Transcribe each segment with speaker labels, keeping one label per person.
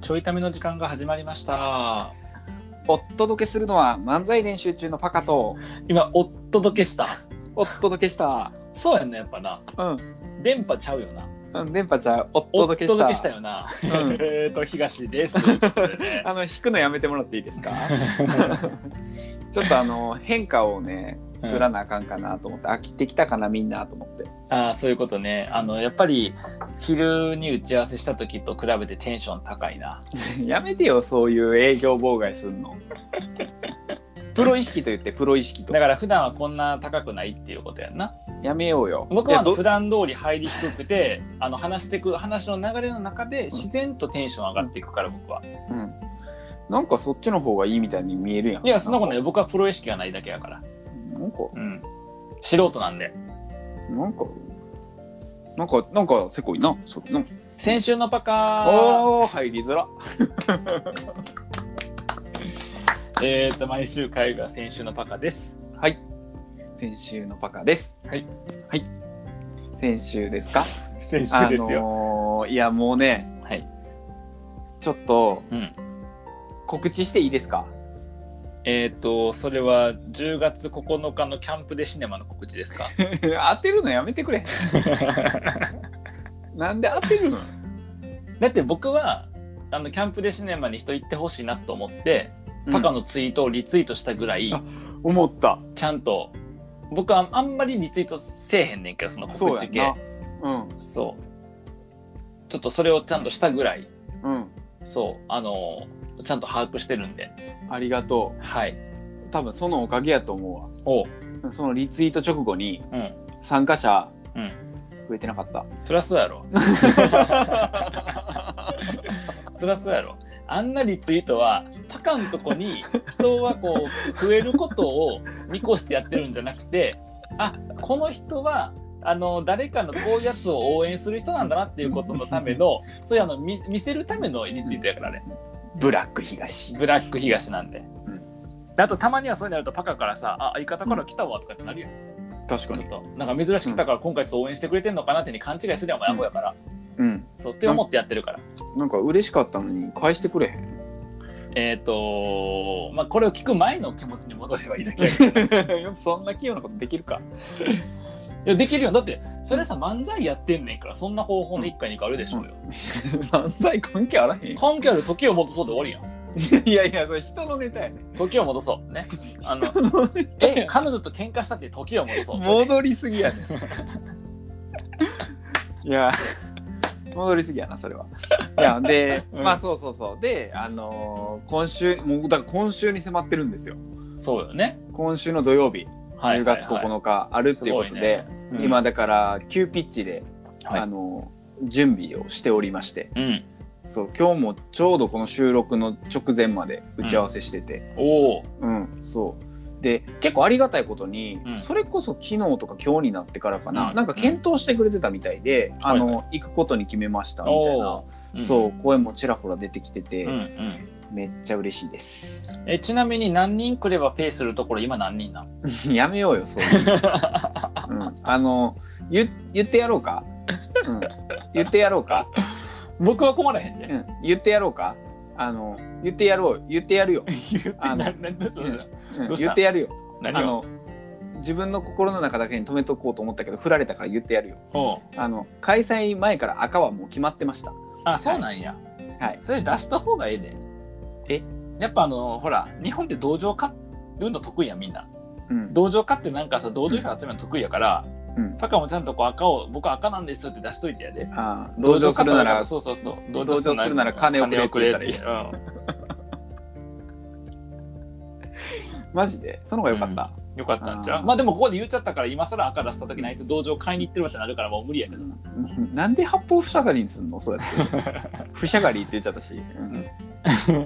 Speaker 1: ちょいための時間が始まりました。
Speaker 2: お届けするのは漫才練習中のパカと
Speaker 1: 今、おっ届けした。
Speaker 2: お届けした。
Speaker 1: そうやんな、やっぱな。
Speaker 2: うん
Speaker 1: 電波ちゃうよな。
Speaker 2: うん、電波ちゃん、お
Speaker 1: おっ
Speaker 2: 届けした。
Speaker 1: したよな。
Speaker 2: うん
Speaker 1: えっと、東です。ということでね
Speaker 2: あの、弾くのやめてもらっていいですかちょっとあの、変化をね、作らなあかんかなと思って、飽きてきたかな、みんなと思って。
Speaker 1: ああ、そういうことね。あの、やっぱり、昼に打ち合わせした時と比べてテンション高いな。
Speaker 2: やめてよ、そういう営業妨害すんの。プロ意識と言って、プロ意識と
Speaker 1: だ。から、普段はこんな高くないっていうことやんな。
Speaker 2: やめようよ。
Speaker 1: 僕
Speaker 2: い
Speaker 1: は
Speaker 2: や
Speaker 1: あの
Speaker 2: ど
Speaker 1: 普段通り入り低くて、あの、話してく、話の流れの中で、自然とテンション上がっていくから、僕は。
Speaker 2: うん。なんかそっちの方がいいみたいに見えるやん。
Speaker 1: いや、そんなことない。僕はプロ意識がないだけやから。
Speaker 2: なんか、
Speaker 1: うん。素人なんで。
Speaker 2: なんか、なんか、なんか、せこいな。そうなんか
Speaker 1: 先週のパカ
Speaker 2: おー、入りづら。
Speaker 1: えっ、と、毎週火曜日は先週のパカです。
Speaker 2: はい。先週のパカです。
Speaker 1: はい。
Speaker 2: はい。先週ですか。
Speaker 1: 先週
Speaker 2: あ
Speaker 1: ですよ。
Speaker 2: のーいや、もうね、
Speaker 1: はい。
Speaker 2: ちょっと
Speaker 1: うん。
Speaker 2: 告知していいですか。
Speaker 1: えっ、と、それは10月9日のキャンプでシネマの告知です か
Speaker 2: 当てるのやめてくれ。なんで当 てるの。
Speaker 1: だって僕は、あの、キャンプでシネマに人行ってほしいなと思って、パカ
Speaker 2: うん
Speaker 1: のツイートをリツイートしたぐらい、
Speaker 2: あ思った。
Speaker 1: ちゃんと、僕はあんまりリツイートせえへんねんけど、その
Speaker 2: そう
Speaker 1: 告
Speaker 2: や
Speaker 1: 知
Speaker 2: ん
Speaker 1: 系
Speaker 2: な。。うん。
Speaker 1: そう。ちょっとそれをちゃんとしたぐらい、
Speaker 2: うん。
Speaker 1: そう、あのーちゃんと把握してるんで、
Speaker 2: ありがと
Speaker 1: はい。
Speaker 2: う。多分そのおかげやと思
Speaker 1: おう
Speaker 2: うわ。そのリツイート直後に
Speaker 1: うん。
Speaker 2: 参加者。
Speaker 1: うん
Speaker 2: 増えてなかった。
Speaker 1: そりゃそうやろ。そりゃそうやろ。あんなリツイートはパカんとこに人はこう増えることを見越してやってるんじゃなくてあこの人はあの誰かのこういうやつを応援する人なんだなっていうことのためのそういうあの見見せるためのリツイートやからね
Speaker 2: ブラック東。
Speaker 1: ブラック東なんで
Speaker 2: うん。
Speaker 1: あとたまにはそうになるとパカからさ「あ相方から来たわ」とかってなるよ
Speaker 2: 確か
Speaker 1: ちょ
Speaker 2: に
Speaker 1: っ。となんか珍しく来たから今回ちょっと応援してくれてんのかなってに勘違いするやんお前アホやから
Speaker 2: うん。
Speaker 1: そうって思ってやってるから
Speaker 2: なんか嬉しかったのに返してくれへん。
Speaker 1: えっ、とまあこれを聞く前の気持ちに戻ればいいだけい
Speaker 2: そんな器用なことできるか。
Speaker 1: やできるよだってそれさ漫才やってんねんからそんな方法の一回二回あるでしょうよ、
Speaker 2: 漫才関係あらへん。
Speaker 1: 関係ある時を戻そうで終わりやん
Speaker 2: いやいや、それ人のネタやね。
Speaker 1: 時を戻そうねあ のえ彼女と喧嘩したって時を戻そう
Speaker 2: 戻りすぎやね。 いや、戻りすぎやな、それは。 いや、で、
Speaker 1: うん
Speaker 2: まあそうそうそう。で、あのー今週、もうだから今週に迫ってるんですよ。
Speaker 1: そうよね
Speaker 2: 今週の土曜日、
Speaker 1: はい
Speaker 2: 10月
Speaker 1: はいはい
Speaker 2: 9日あるっていうことで、
Speaker 1: すごいねうん
Speaker 2: 今だから急ピッチで、
Speaker 1: はい
Speaker 2: あのー準備をしておりまして。
Speaker 1: うん
Speaker 2: そう今日もちょうどこの収録の直前まで打ち合わせしてて、
Speaker 1: おお
Speaker 2: うんそうで結構ありがたいことに、
Speaker 1: うん
Speaker 2: それこそ昨日とか今日になってからかな、
Speaker 1: うん
Speaker 2: なんか検討してくれてたみたいで、あの、
Speaker 1: はい
Speaker 2: 行くことに決めましたみたいな
Speaker 1: お、ー
Speaker 2: そう声もちらほら出てきてて、
Speaker 1: うんうん
Speaker 2: めっちゃ嬉しいです
Speaker 1: えちなみに何人来ればペイするところ今何人なん
Speaker 2: やめようよそういう の、うん、あの言言ってやろうか、うん、言ってやろうか、
Speaker 1: 僕は困らへん
Speaker 2: う
Speaker 1: で
Speaker 2: ん、言ってやろうかあの言ってやろう言ってやるよ、あの
Speaker 1: ななんだそれ
Speaker 2: うん
Speaker 1: どうした
Speaker 2: 言ってやるよあ
Speaker 1: 何を
Speaker 2: の自分の心の中だけに止めとこうと思ったけど振られたから言ってやるよ
Speaker 1: おう
Speaker 2: あの開催前から赤はもう決まってました
Speaker 1: あそうなんや
Speaker 2: はい
Speaker 1: それ出した方がええで
Speaker 2: え
Speaker 1: やっぱあのほら日本って同情買うの得意やんみんな
Speaker 2: うん
Speaker 1: 同情買ってなんかさ同情票集めるの得意やから、
Speaker 2: うん
Speaker 1: パカもちゃんとこう赤を僕は赤なんですって出しといてやで
Speaker 2: あー同情するなら
Speaker 1: そうそうそう
Speaker 2: 同情するなら金をくれって言ったらいい
Speaker 1: 金をくれって
Speaker 2: マジでその方が良かった、
Speaker 1: うんよかったんちゃ
Speaker 2: あ
Speaker 1: う
Speaker 2: ー
Speaker 1: まあでもここで言っちゃったから今更赤出した時にあいつ同情買いに行ってるわってなるからもう無理やけど
Speaker 2: うんなんで八方ふしゃがりにすんのそうやって ふしゃがりって言っちゃったし、うん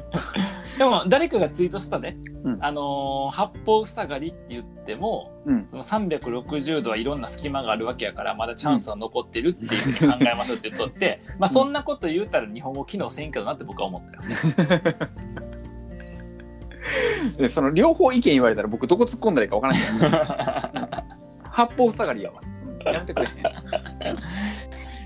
Speaker 1: でも誰かがツイートしたね、
Speaker 2: うん
Speaker 1: あのー八方塞がりって言っても
Speaker 2: うん
Speaker 1: その360度はいろんな隙間があるわけやからまだチャンスは残ってるっていうふうに考えましょうって言っとって、まあそんなこと言うたら日本語機能せんけどなって僕は思ったよ。
Speaker 2: でその両方意見言われたら僕どこ突っ込んだらいいか分からないから八方ふさがりやわ、うんやめてくれ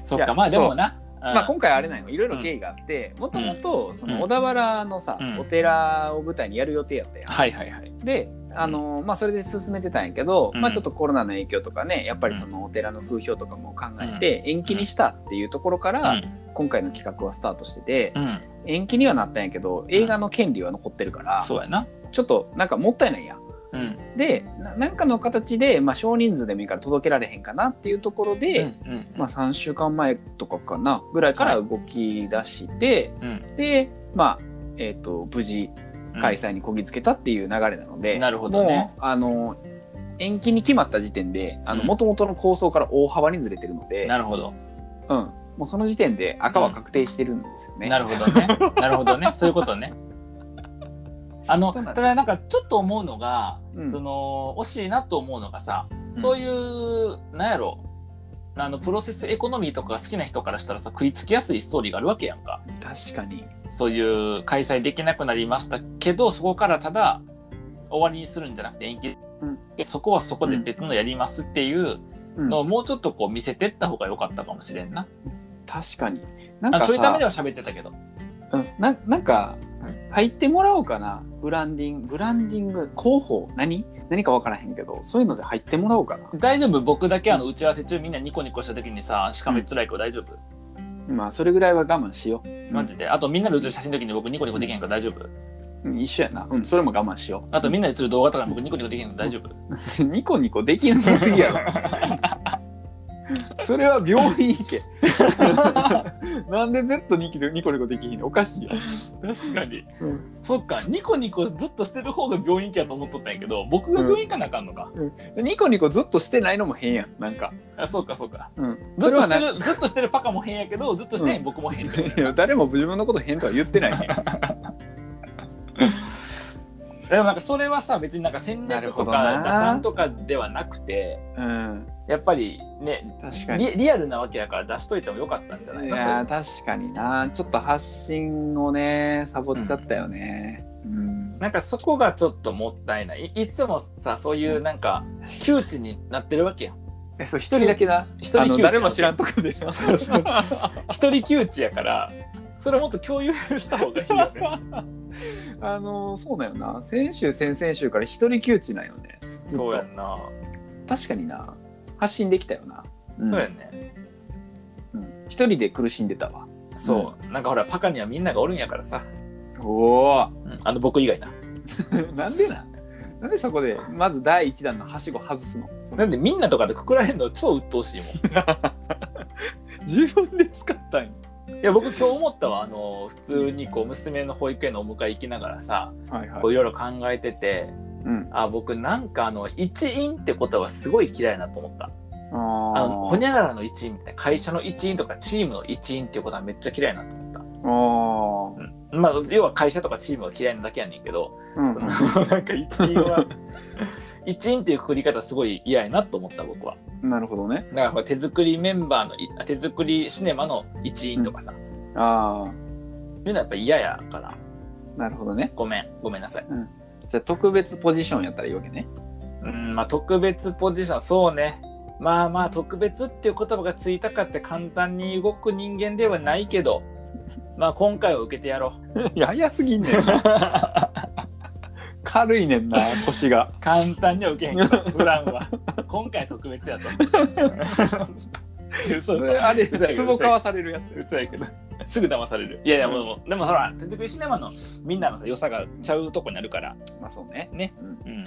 Speaker 1: そっ
Speaker 2: い
Speaker 1: か
Speaker 2: や
Speaker 1: まあでもな
Speaker 2: まあ、今回あれなんよいろいろ経緯があってもともとその小田原のさ、
Speaker 1: うん
Speaker 2: お寺を舞台にやる予定やったやん。
Speaker 1: はいはいはい。
Speaker 2: であの、まあ、それで進めてたんやけど、
Speaker 1: うん
Speaker 2: まあ、ちょっとコロナの影響とかねやっぱりそのお寺の風評とかも考えて延期にしたっていうところから、今回の企画はスタートしてて、
Speaker 1: うん、うん、
Speaker 2: 延期にはなったんやけど映画の権利は残ってるから、
Speaker 1: そうやな。
Speaker 2: ちょっとなんかもったいないやん。
Speaker 1: うん、
Speaker 2: でななんかの形で、まあ、少人数でもいいから届けられへんかなっていうところで、
Speaker 1: うん、うん、
Speaker 2: まあ、3週間前とかかなぐらいから動き出して、
Speaker 1: うん
Speaker 2: で、まあえー、と無事開催にこぎつけたっていう流れなので、
Speaker 1: うんなるほどね
Speaker 2: もうあの延期に決まった時点であの
Speaker 1: うん
Speaker 2: 元々の構想から大幅にずれてるので、
Speaker 1: なるほど。
Speaker 2: うん、もうその時点で赤は確定してるんですよね。
Speaker 1: なるほど ね。なるほどね。そういうことね。あの
Speaker 2: そうなん
Speaker 1: た
Speaker 2: です
Speaker 1: だなんかちょっと思うのが、
Speaker 2: うん
Speaker 1: その惜しいなと思うのがさ、そういうなんやろあのプロセスエコノミーとかが好きな人からしたらさ食いつきやすいストーリーがあるわけやんか
Speaker 2: 確かに
Speaker 1: そういう開催できなくなりましたけどそこからただ終わりにするんじゃなくて延期、
Speaker 2: うん
Speaker 1: でそこはそこで別のやりますっていうのをもうちょっとこう見せてった方が良かったかもしれんな。
Speaker 2: 確かになん
Speaker 1: あ
Speaker 2: か
Speaker 1: ちょいためで
Speaker 2: さ、
Speaker 1: は喋ってたけど。
Speaker 2: うん、ななんか
Speaker 1: うん
Speaker 2: 入ってもらおうかなブランディングブランディング広報何何か分からへんけどそういうので入ってもらおうかな
Speaker 1: 大丈夫僕だけあの打ち合わせ中みんなニコニコした時にさしかめっ辛い子大丈夫、
Speaker 2: まあそれぐらいは我慢しよう、うん
Speaker 1: マジであとみんなで写真の時に僕ニコニコできへんから大丈夫
Speaker 2: うん一緒やなうんそれも我慢しよ
Speaker 1: あとみんなで映る動画とかに僕ニコニコできへんから大丈夫
Speaker 2: うニコニコできなさすぎや ろそれは病院行け なんで Z ニキでニコニコできひんのおかしいよ、
Speaker 1: 確かに
Speaker 2: うん
Speaker 1: そっかニコニコずっとしてる方が病院行きやと思っとったんやけど僕が病院行かなあかんのか、
Speaker 2: ニコニコずっとしてないのも変やんなんか、
Speaker 1: あそうかそうか
Speaker 2: うん、
Speaker 1: ずっとし
Speaker 2: それ
Speaker 1: て
Speaker 2: はな
Speaker 1: るずっとしてるパカも変やけどずっとしてへん、
Speaker 2: う
Speaker 1: 僕も変ってことや
Speaker 2: いや 誰も自分のこと変とは言ってないね
Speaker 1: でもなんかそれはさ別になんか戦略と
Speaker 2: なる
Speaker 1: か
Speaker 2: ほどな
Speaker 1: 打算とかではなくて
Speaker 2: うん
Speaker 1: やっぱりね
Speaker 2: 確かに。
Speaker 1: リリアルなわけだから出しといてもよかったんじゃない
Speaker 2: い
Speaker 1: のそ
Speaker 2: や
Speaker 1: れ
Speaker 2: ー確かになちょっと発信をねサボっちゃったよね、うん
Speaker 1: なんかそこがちょっともったいない。いいつもさ、そういうなんか、窮地になってるわけやん。
Speaker 2: えそう一人だけな
Speaker 1: 一人
Speaker 2: あの
Speaker 1: 窮地
Speaker 2: 誰も知らんとこでな
Speaker 1: そうそう一人窮地やから、それもっと共有した方がいいよね。
Speaker 2: あのそうだよな先週先々週から一人窮地なんよね ずっ
Speaker 1: そ
Speaker 2: と
Speaker 1: うやんな。
Speaker 2: 確かにな発信できたよな、
Speaker 1: そうやんね。
Speaker 2: うん一人で苦しんでたわ
Speaker 1: そう。なんかほら、パカにはみんながおるんやからさ。
Speaker 2: おお
Speaker 1: あの、僕以外な。
Speaker 2: なんでななんでそこでまず第一弾のはしご外すのそ
Speaker 1: な
Speaker 2: の
Speaker 1: んでみんなとかでくくられるの超鬱陶しいもん。
Speaker 2: 自分で使ったんや
Speaker 1: いや、僕今日思ったわ。あの、普通にこう、娘の保育園のお迎え行きながらさ、
Speaker 2: はい
Speaker 1: こ
Speaker 2: は
Speaker 1: う
Speaker 2: い、
Speaker 1: いろいろ考えてて、
Speaker 2: うん、
Speaker 1: あ、僕なんかあの、一員ってことはすごい嫌いなと思った。
Speaker 2: あ
Speaker 1: あ
Speaker 2: あ
Speaker 1: のほにゃららの一員みたいな会社の一員とかチームの一員っていうことはめっちゃ嫌いなと思った、
Speaker 2: あ
Speaker 1: うんまあ、要は会社とかチームが嫌いなだけやねんけど、
Speaker 2: ーうん
Speaker 1: そのなんか一員は一員っていうくくり方すごい嫌やなと思った僕は
Speaker 2: うんなるほどね
Speaker 1: だからほら手作りメンバーのいあ手作りシネマの一員とかさ、
Speaker 2: ああ
Speaker 1: っていうのはやっぱ嫌やから
Speaker 2: なるほどね。
Speaker 1: ごめんごめんなさい、
Speaker 2: じゃあ特別ポジションやったらいいわけね。
Speaker 1: うんまあ、特別ポジションそうねまあまあ特別っていう言葉がついたかって簡単に動く人間ではないけどまあ今回は受けてやろう
Speaker 2: いや早すぎんねん。 軽いねんな腰が。
Speaker 1: 簡単には受けへんけど プランは今回特別やと思う嘘嘘
Speaker 2: あれ
Speaker 1: 嘘やけど
Speaker 2: 壺買わされるや
Speaker 1: 嘘やけどすぐ騙されるいやいやもう、もうでもほら手作りシネマのみんなのさ良さがちゃうとこにあるから
Speaker 2: つ。まあそうね。
Speaker 1: ね
Speaker 2: うん
Speaker 1: うん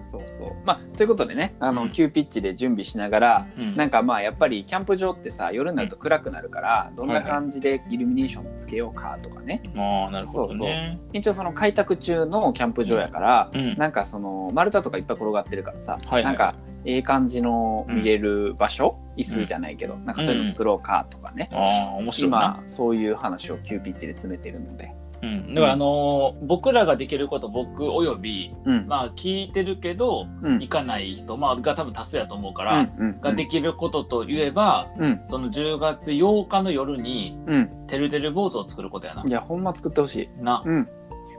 Speaker 2: そうそう。まあということでね、あの、
Speaker 1: うん
Speaker 2: 急ピッチで準備しながら。
Speaker 1: うん
Speaker 2: なんかまあやっぱりキャンプ場ってさ夜になると暗くなるからどんな感じでイルミネーションつけようかとかね
Speaker 1: ああなるほどね
Speaker 2: 一応その開拓中のキャンプ場やから
Speaker 1: うん
Speaker 2: なんかその丸太とかいっぱい転がってるからさ、
Speaker 1: はいはい
Speaker 2: なんかええ感じの見れる場所、椅子じゃないけど、なんかそういうの作ろうかとかね、
Speaker 1: ああ面白いな、
Speaker 2: 今そういう話を急ピッチで詰めてるので、
Speaker 1: うん、だからあのー僕らができること僕および
Speaker 2: うん
Speaker 1: まあ聞いてるけど
Speaker 2: うんうん
Speaker 1: 行かない人、まあ、が多分多数やと思うか
Speaker 2: う
Speaker 1: ら、
Speaker 2: ん
Speaker 1: ができることといえば
Speaker 2: うん
Speaker 1: その10月8日の夜に
Speaker 2: うん。
Speaker 1: てるてる坊主を作ることやない
Speaker 2: やほんま作ってほしい、
Speaker 1: な。
Speaker 2: うん、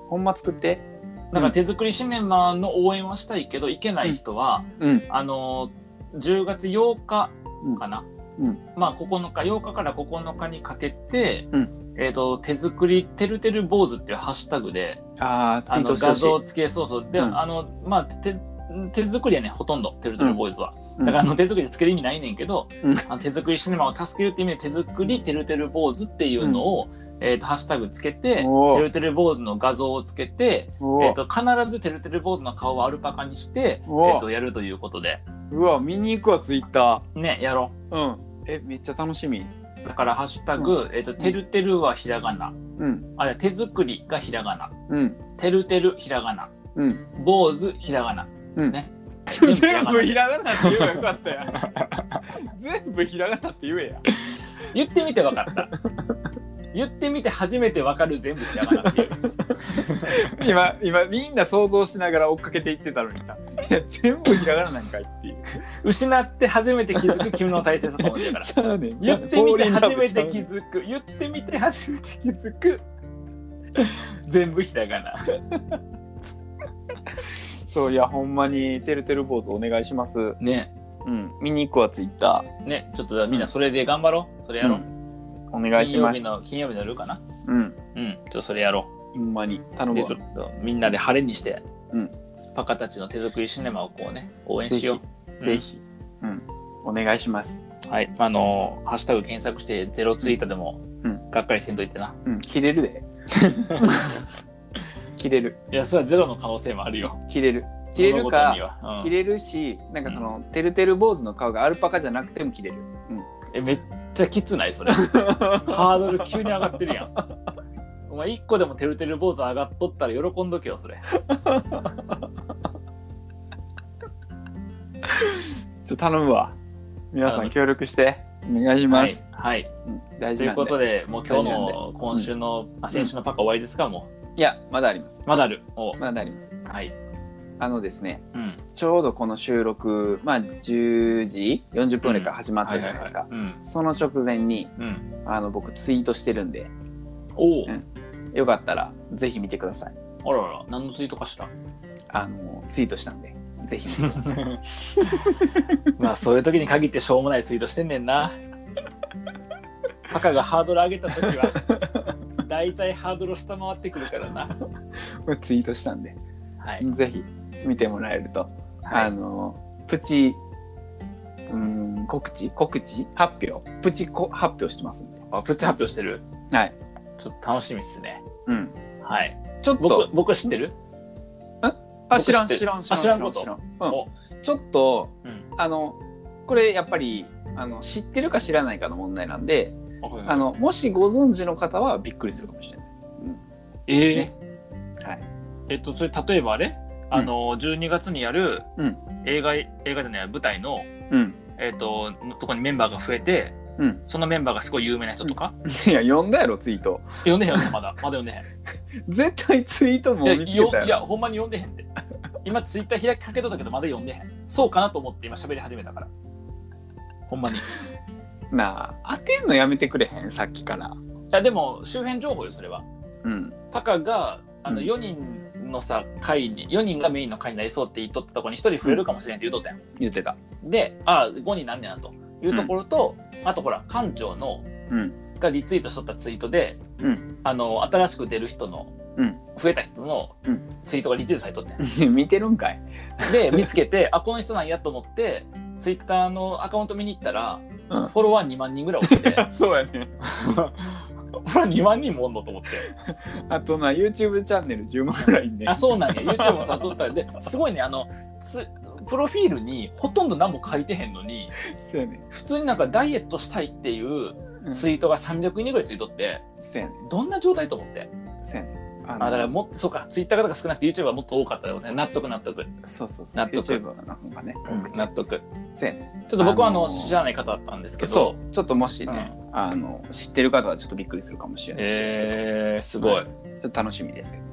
Speaker 2: ほんま作って
Speaker 1: だから手作りシネマの応援はしたいけど、行けない人は、
Speaker 2: うん
Speaker 1: あのー、10月8日かな、
Speaker 2: うん
Speaker 1: まあ、9日8日から9日にかけて、
Speaker 2: う
Speaker 1: えー、と手作りてるてる坊主っていうハッシュタグで
Speaker 2: ああ、ツ
Speaker 1: あ
Speaker 2: イー
Speaker 1: の
Speaker 2: トしてほ
Speaker 1: 画
Speaker 2: し
Speaker 1: 像
Speaker 2: い。
Speaker 1: 付けそうそうで、
Speaker 2: うん
Speaker 1: あのまあ手手作りやねほとんどてるてる坊主は、
Speaker 2: うん
Speaker 1: だからあの手作りでつける意味ないねんけど、
Speaker 2: うん
Speaker 1: あの手作りシネマを助けるっていう意味で手作りてるてる坊主っていうのを、えー、とハッシュタグつけて
Speaker 2: おー
Speaker 1: てるてる坊主の画像をつけて、
Speaker 2: おー
Speaker 1: えー、と必ずてるてる坊主の顔をアルパカにして、え
Speaker 2: おー
Speaker 1: ー、とやるということで
Speaker 2: うわ、見に行くわ、ツイッタ
Speaker 1: ねやろ
Speaker 2: ー。うん。え、めっちゃ楽しみ。
Speaker 1: うだから「ハッシュタグ、えー、とてるてるはひらがな」
Speaker 2: うん。
Speaker 1: あれ手作りがひらがな
Speaker 2: うん。
Speaker 1: てるてるひらがな
Speaker 2: うん。
Speaker 1: 坊主ひらがなですね、はい
Speaker 2: 全部ひ
Speaker 1: で
Speaker 2: らがなって言えばよかったやん。 全部ひらがなって言えや。
Speaker 1: 言ってみて分かった言ってみて初めて分かる全部ひらがなっていう
Speaker 2: 今、今、みんな想像しながら追っかけていってたのにさ。いや、全部ひらがななんかいっていう。
Speaker 1: 失って初めて気づく君の大切さもんだから
Speaker 2: ちゃうねん
Speaker 1: 言ってみて初めて気
Speaker 2: き
Speaker 1: づく言ってみて初めて気づく 全部ひらがな
Speaker 2: そういやほんまにてるてる坊主お願いします
Speaker 1: ね
Speaker 2: うん見に行くわツイッタ
Speaker 1: ねちょっとみんなそれで頑張ろうそれ
Speaker 2: ー
Speaker 1: やろう、
Speaker 2: お願いし
Speaker 1: 金曜
Speaker 2: ます
Speaker 1: 日の金曜日の夜かな
Speaker 2: う
Speaker 1: う
Speaker 2: ん
Speaker 1: んちょっとそれやろう
Speaker 2: ほんまに頼む
Speaker 1: で
Speaker 2: わ
Speaker 1: ちょっとみんなで晴れにして、
Speaker 2: うん
Speaker 1: パカたちの手作りシネマをこうね応援しよう。
Speaker 2: ぜひうんお願いします
Speaker 1: うんはい、あのーハッシュタグ検索してゼロツイートでも、
Speaker 2: うん
Speaker 1: がっかりせんといてな。
Speaker 2: うん切れる で切れる
Speaker 1: いや、それはゼロの可能性もあるよ。
Speaker 2: 切れる切れるか
Speaker 1: か
Speaker 2: 切れるしなんかそのてるてる坊主の顔がアルパカじゃなくても切 れる
Speaker 1: え、めっちゃきつないそれ。ハードル急に上がってるやん。お前一個でもてるてる坊主上がっとったら喜んどけよそれ。
Speaker 2: ちょっと頼むわ皆さ
Speaker 1: 頼
Speaker 2: ん
Speaker 1: む
Speaker 2: 協力してお願いしま
Speaker 1: はい
Speaker 2: す、
Speaker 1: はい。
Speaker 2: うん大
Speaker 1: と
Speaker 2: 事
Speaker 1: い
Speaker 2: な
Speaker 1: うん
Speaker 2: で
Speaker 1: ことでもう今日
Speaker 2: 大事なんで
Speaker 1: の今週の、あ先週のパカ終わりですかも
Speaker 2: いやまだあります
Speaker 1: うまだある。おう
Speaker 2: まだあります
Speaker 1: はい。
Speaker 2: あのですね
Speaker 1: うん。
Speaker 2: ちょうどこの収録、まあ、10時40分ぐらいから始まったじゃないですか、
Speaker 1: うん。
Speaker 2: その直前に
Speaker 1: うん。
Speaker 2: あの僕ツイートしてるんで
Speaker 1: おお。
Speaker 2: うんよかったらぜひ見てください
Speaker 1: あらあら、何のツイートかし ら。
Speaker 2: あのツイートしたんでぜひ見てください
Speaker 1: まあ、そういう時に限ってしょうもないツイートしてんねんな。パカがハードル上げた時は、 大体ハードルを下回ってくるからな。
Speaker 2: ツイートしたんで
Speaker 1: はい。
Speaker 2: ぜひ見てもらえると、あ
Speaker 1: はい。
Speaker 2: のプチうーん告知告知発表プチこ発表してますんで
Speaker 1: あ、プッチ発表してる。
Speaker 2: はい。
Speaker 1: ちょっと楽しみっすね。
Speaker 2: うん
Speaker 1: はい。
Speaker 2: ちょっ
Speaker 1: 僕
Speaker 2: と、
Speaker 1: 僕知ってる
Speaker 2: あ
Speaker 1: 僕
Speaker 2: 知らん
Speaker 1: 知って
Speaker 2: 知らん知ら
Speaker 1: あ
Speaker 2: ん
Speaker 1: 知らんこと
Speaker 2: 知らんうん
Speaker 1: お、
Speaker 2: ちょっと
Speaker 1: うん。
Speaker 2: あのこれやっぱりあの知ってるか知らないかの問題なんで、あのもしご存知の方はびっくりするかもしれない。
Speaker 1: えー
Speaker 2: ねはい、
Speaker 1: えっと、それ、例えばあれあの、12月にやる
Speaker 2: うん
Speaker 1: 映画、映画じゃない、舞台の、
Speaker 2: うん
Speaker 1: えっと、とこにメンバーが増えて、
Speaker 2: うん、
Speaker 1: そのメンバーがすごい有名な人とか、
Speaker 2: いや読んだやろツイート
Speaker 1: 読んでへんよね、まだ。まだ読んでへん。
Speaker 2: 絶対ツイートも
Speaker 1: いや
Speaker 2: 見つけた
Speaker 1: よ
Speaker 2: や
Speaker 1: い
Speaker 2: ろ
Speaker 1: やほんまに読んでへんって今ツイッター開きかけとったけどまだ読んでへんそうかなと思って今喋り始めたからほんまにい
Speaker 2: なあ当てんのやめてくれへんさっきから
Speaker 1: やでも周辺情報よそれは
Speaker 2: うん
Speaker 1: パカがあの
Speaker 2: うん
Speaker 1: 4人のさ会に4人がメインの会になりそうって言っとったとこに1人増えるかもしれんって言うとったやん
Speaker 2: 言ってた
Speaker 1: でああ5人なんねやなというところと、あとほら館長の
Speaker 2: うん
Speaker 1: がリツイートしとったツイートで、
Speaker 2: う
Speaker 1: あの新しく出る人の、
Speaker 2: うん
Speaker 1: 増えた人の
Speaker 2: うん
Speaker 1: ツイートがリツイートされとってん
Speaker 2: 見てるんかい
Speaker 1: で見つけてあこの人なんやと思ってツイッターのアカウント見に行ったら、
Speaker 2: うん
Speaker 1: フォロワー2万人ぐらいおって
Speaker 2: そうやね
Speaker 1: 俺は2万人もおんのと思って
Speaker 2: あとな YouTube チャンネル10万ぐらいね
Speaker 1: あそうなんや YouTube もさ撮ったんですごいねあのつプロフィールにほとんど何も書いてへんのに
Speaker 2: そうやね
Speaker 1: 普通になんかダイエットしたいっていう
Speaker 2: うん
Speaker 1: ツイートが300人ぐらいついとって
Speaker 2: そうやね
Speaker 1: どんな状態と思って
Speaker 2: そうやねあ
Speaker 1: あだからもっとそうかツイッターが少なくて YouTube はもっと多かったよね納得納得、
Speaker 2: そうそうそう
Speaker 1: 納得
Speaker 2: YouTube の方がね、
Speaker 1: 納得
Speaker 2: そうやね
Speaker 1: ちょっと僕はあの、
Speaker 2: あのー
Speaker 1: 知らない方だったんですけど
Speaker 2: そうちょっともしね、
Speaker 1: う
Speaker 2: あの知ってる方はちょっとびっくりするかもしれないですけど、
Speaker 1: えー、すごい
Speaker 2: ちょっと楽しみですけど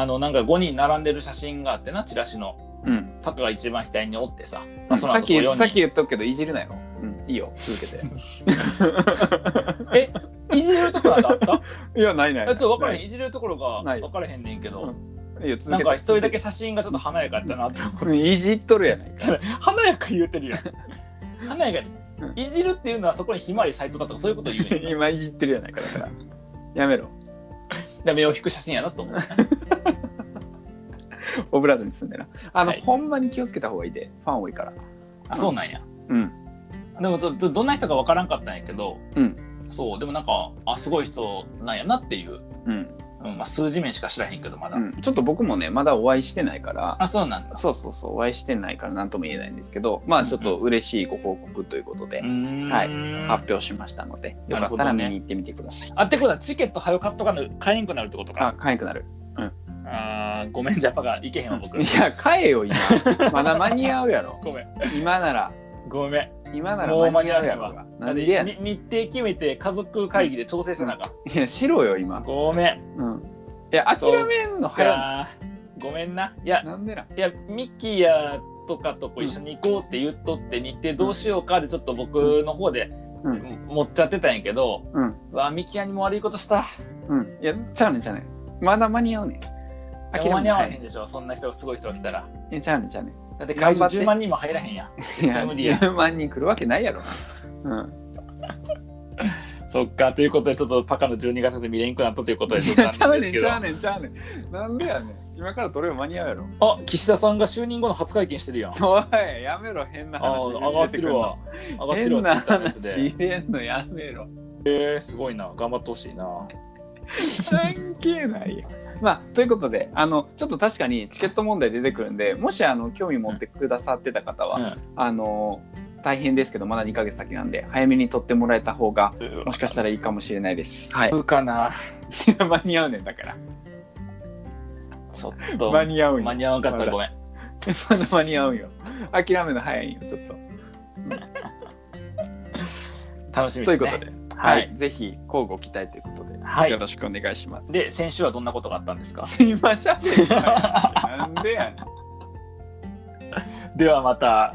Speaker 1: あのなんか5人並んでる写真があってなチラシの
Speaker 2: うん
Speaker 1: パクが一番左におってさ、
Speaker 2: う
Speaker 1: まあ
Speaker 2: ん
Speaker 1: その
Speaker 2: さっ
Speaker 1: 後そ
Speaker 2: き
Speaker 1: の4人
Speaker 2: さっき言っとくけどいじるなよ、うん、いいよ続けて
Speaker 1: えいじれるところなんかあっ
Speaker 2: いやないな
Speaker 1: た
Speaker 2: い
Speaker 1: えちょっと分からへん
Speaker 2: い
Speaker 1: いじれるところが
Speaker 2: ない
Speaker 1: 分からへんねんけ
Speaker 2: う
Speaker 1: ど
Speaker 2: いよ続けて
Speaker 1: なんか一人だ け写真がちょっと華やかやったなって思
Speaker 2: うんいじっとるやないか
Speaker 1: って華やか言うてるやん華やか
Speaker 2: うん
Speaker 1: いじるっていうのはそこにひまわり斎藤だとかそういうことを言うねん
Speaker 2: 今いじってるやないかだからやめろ
Speaker 1: で目を引く写真やなと思う
Speaker 2: オブラートに包んでなあの、
Speaker 1: はい
Speaker 2: ほんまに気をつけた方がいいでファン多いから
Speaker 1: あそうなんや
Speaker 2: うん
Speaker 1: でもちょっとどんな人かわからんかったんやけど、
Speaker 2: う
Speaker 1: そうでもなんかあすごい人なんやなっていう、
Speaker 2: うん、
Speaker 1: うんまあ、数字面しか知らへんけどまだ、
Speaker 2: うん、ちょっと僕もねまだお会いしてないから
Speaker 1: あそうなんだ
Speaker 2: そうそうそうお会いしてないから何とも言えないんですけどまあちょっと嬉しいご報告ということで、はい
Speaker 1: い
Speaker 2: 発表しましたので
Speaker 1: なる
Speaker 2: よか
Speaker 1: ほ
Speaker 2: っ
Speaker 1: ど
Speaker 2: た
Speaker 1: ね
Speaker 2: ら見に行ってみてください、
Speaker 1: あってことはチケット早よ買っとかな買えんくなるってこと
Speaker 2: あ
Speaker 1: か
Speaker 2: かわいくなる
Speaker 1: あーごめんジャパがいけへんわ僕
Speaker 2: いや買えよ今まだ間に合うや ろ
Speaker 1: ごめん
Speaker 2: 今なら
Speaker 1: ごめん
Speaker 2: 今な
Speaker 1: もう
Speaker 2: ら
Speaker 1: 間
Speaker 2: 間
Speaker 1: に
Speaker 2: に
Speaker 1: 合
Speaker 2: 合
Speaker 1: う
Speaker 2: う
Speaker 1: や
Speaker 2: や
Speaker 1: ろ
Speaker 2: ろ
Speaker 1: が
Speaker 2: なんでやねん
Speaker 1: に日程決めて家族会議で調整せなあかん、
Speaker 2: いやしろよ今
Speaker 1: ごめん
Speaker 2: うんいや諦めんの早い
Speaker 1: あーごめんないや
Speaker 2: なんでない
Speaker 1: やミッキーやとかとこ一緒に行こうって言っとって日程どうしようかでちょっと僕の方で、
Speaker 2: うん
Speaker 1: 持っちゃってたんやけど、
Speaker 2: うん
Speaker 1: うわミッキーやにも悪いことした
Speaker 2: うんいやちゃうねんちゃうねんまだ間に合うねん
Speaker 1: いや間に合わへ
Speaker 2: い
Speaker 1: んでしょそんな人がすごい人が来たら
Speaker 2: いやちゃうねんちゃうねん
Speaker 1: だって
Speaker 2: 頑
Speaker 1: 会
Speaker 2: 張
Speaker 1: 場
Speaker 2: って
Speaker 1: 10万人も入らへんや
Speaker 2: い
Speaker 1: 対
Speaker 2: や
Speaker 1: 無理や
Speaker 2: 10万人来るわけないやろなうん
Speaker 1: そっかということでちょっとパカの12月で見れんくなったということで
Speaker 2: い
Speaker 1: ちょっ
Speaker 2: や
Speaker 1: と
Speaker 2: ちゃ
Speaker 1: 残
Speaker 2: う
Speaker 1: 念で
Speaker 2: ね
Speaker 1: すけ
Speaker 2: んち
Speaker 1: ど
Speaker 2: ゃうねんちゃうねんなんでやねん今から取れば間に合うやろ
Speaker 1: あ岸田さんが就任後の初会見してるや んあ
Speaker 2: おいやめろ変な
Speaker 1: あ
Speaker 2: 話
Speaker 1: ー上がってるわ上がってる
Speaker 2: 変
Speaker 1: わ
Speaker 2: な
Speaker 1: ツイッターのやつ
Speaker 2: 話
Speaker 1: で
Speaker 2: 入れんのやめろ
Speaker 1: えー、すごいな頑張ってほしいな
Speaker 2: 関係ないよ。まあ、ということであのちょっと確かにチケット問題出てくるんでもしあの興味持ってくださってた方は、
Speaker 1: う
Speaker 2: あの大変ですけどまだ2ヶ月先なんで早めに取ってもらえた方が
Speaker 1: ん
Speaker 2: もしかしたらいいかもしれないです。はい
Speaker 1: 合、うかな
Speaker 2: 間に合うねんだから
Speaker 1: ちょっと
Speaker 2: 間に合うんよ
Speaker 1: 間 に合わなかったらごめん
Speaker 2: まだ間に合うんよ諦めるの早いんよちょっと。
Speaker 1: 楽しみで
Speaker 2: とい
Speaker 1: す
Speaker 2: うこ
Speaker 1: ね
Speaker 2: とで、
Speaker 1: は
Speaker 2: はいい、ぜひ交互期待ということで、
Speaker 1: はい
Speaker 2: よろしくお願いします。
Speaker 1: で先週はどんなことがあったんですか
Speaker 2: 今しゃべるからなんでやねん
Speaker 1: ではまた